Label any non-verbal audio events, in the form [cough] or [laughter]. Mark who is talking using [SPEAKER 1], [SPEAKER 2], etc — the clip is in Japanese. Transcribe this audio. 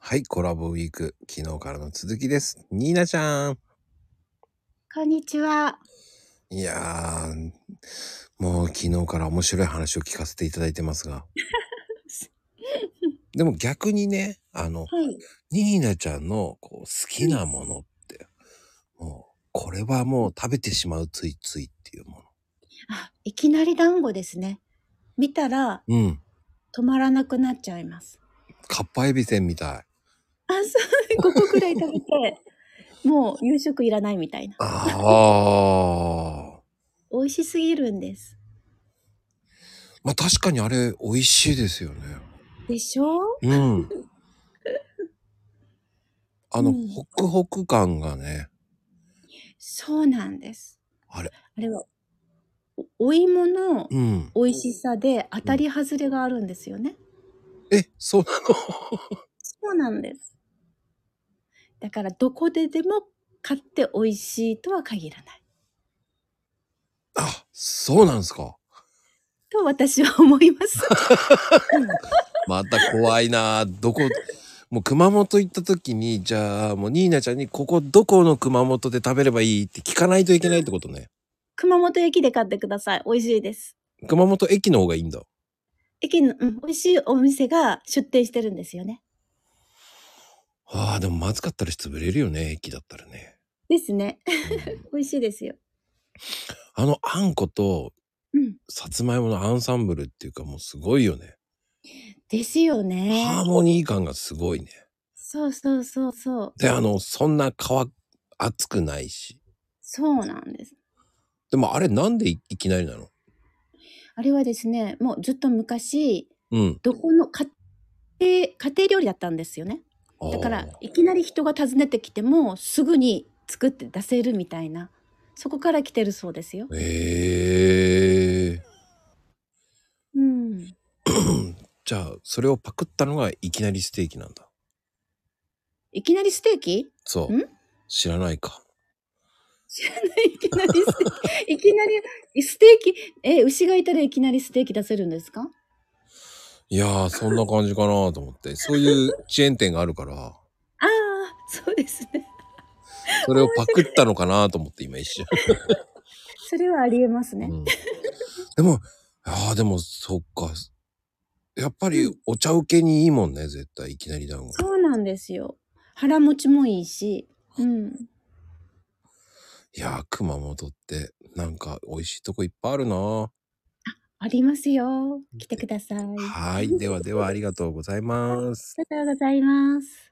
[SPEAKER 1] はい、コラボウィーク、昨日からの続きです。ニーナちゃん。
[SPEAKER 2] こんにちは。
[SPEAKER 1] いやー、もう昨日から面白い話を聞かせていただいてますが。でも逆にね、あの、
[SPEAKER 2] はい。
[SPEAKER 1] ニーナちゃんのこう好きなものって、もう、これはもう食べてしまうついついっていうもの。
[SPEAKER 2] あ、いきなり団子ですね。見たら
[SPEAKER 1] うん。
[SPEAKER 2] 止まらなくなっちゃいます。
[SPEAKER 1] かっぱえびせんみたい。
[SPEAKER 2] あ、そう、5個くらい食べ [laughs] て、もう夕食いらないみたいな。
[SPEAKER 1] ああ。
[SPEAKER 2] 美味しすぎるんです。
[SPEAKER 1] まあ確かにあれ美味しいですよね。
[SPEAKER 2] でしょ
[SPEAKER 1] うん。 [laughs] あ
[SPEAKER 2] う
[SPEAKER 1] の、
[SPEAKER 2] ん。
[SPEAKER 1] ホクホク感がね、
[SPEAKER 2] そうなんです。
[SPEAKER 1] あれ、
[SPEAKER 2] あれは、おお芋の
[SPEAKER 1] うん。
[SPEAKER 2] 美味しさで当
[SPEAKER 1] う
[SPEAKER 2] た
[SPEAKER 1] ん。
[SPEAKER 2] り外れがあるんですよね。
[SPEAKER 1] え、そうなの
[SPEAKER 2] そうなんです。だからどこででも買って美味しいとは限らない。
[SPEAKER 1] あ、そうなんですか。
[SPEAKER 2] と私は思います。
[SPEAKER 1] また怖いな。どこ、もう熊本行った時に、じゃあもうニーナちゃんにここどこの熊本で食べればいいって聞かないといけないってことね。
[SPEAKER 2] 熊本駅で買ってください。美味しいです。
[SPEAKER 1] 熊本駅の方がいいんだ。
[SPEAKER 2] 駅の、うん、美味しいお店が出店してるんですよね。
[SPEAKER 1] ああ、でもまずかったら潰れるよね、駅だったらね。
[SPEAKER 2] ですね。
[SPEAKER 1] うん。
[SPEAKER 2] [laughs] 美味しいですよ。
[SPEAKER 1] あのあんこと
[SPEAKER 2] うん。
[SPEAKER 1] さつまいものアンサンブルっていうかもうすごいよね。
[SPEAKER 2] ですよ
[SPEAKER 1] ハー
[SPEAKER 2] ね。
[SPEAKER 1] モニー感がすごいね。
[SPEAKER 2] そうそうそうそう。
[SPEAKER 1] で、あの、そんな皮熱くないし。
[SPEAKER 2] そうなんです。
[SPEAKER 1] でもあれなんでいいきなりなの
[SPEAKER 2] あれはですね、もうずっと昔、
[SPEAKER 1] うん。
[SPEAKER 2] どこの家庭、家庭料理だったんですよね。
[SPEAKER 1] あ
[SPEAKER 2] だから、
[SPEAKER 1] あ。
[SPEAKER 2] いきなり人が訪ねてきても、すぐに作って出せるみたいな。そこから来てるそうですよ。
[SPEAKER 1] ええ
[SPEAKER 2] うん。
[SPEAKER 1] じゃあ、それをパクったのがいきなりステーキなんだ。
[SPEAKER 2] いきなりステーキん
[SPEAKER 1] そう。知らないか。
[SPEAKER 2] 知らない [laughs] 、いきなりステーキ。いきなり、ステーキ、え、牛がいたらいきなりステーキ出せるんですか
[SPEAKER 1] いやー、そんな感じかなと思って。そういうチェーン店があるから、
[SPEAKER 2] ああー、そうですね。
[SPEAKER 1] それをパクったのかなと思って今一瞬。
[SPEAKER 2] それはありえます
[SPEAKER 1] う
[SPEAKER 2] ね。
[SPEAKER 1] ん。でも、ああ、でも、そっか。やっぱ
[SPEAKER 2] う
[SPEAKER 1] り
[SPEAKER 2] ん。
[SPEAKER 1] お茶受けにいいもんね、絶対。いきなり団子。
[SPEAKER 2] そうなんですよ。腹持ちもいいし。うん。
[SPEAKER 1] いやー、熊本って、なんか美味しいとこいっぱいあるなー
[SPEAKER 2] ありますよ。来て
[SPEAKER 1] で
[SPEAKER 2] ください。あり
[SPEAKER 1] はーい。ではでは、ありがとうございます。
[SPEAKER 2] がとうございます。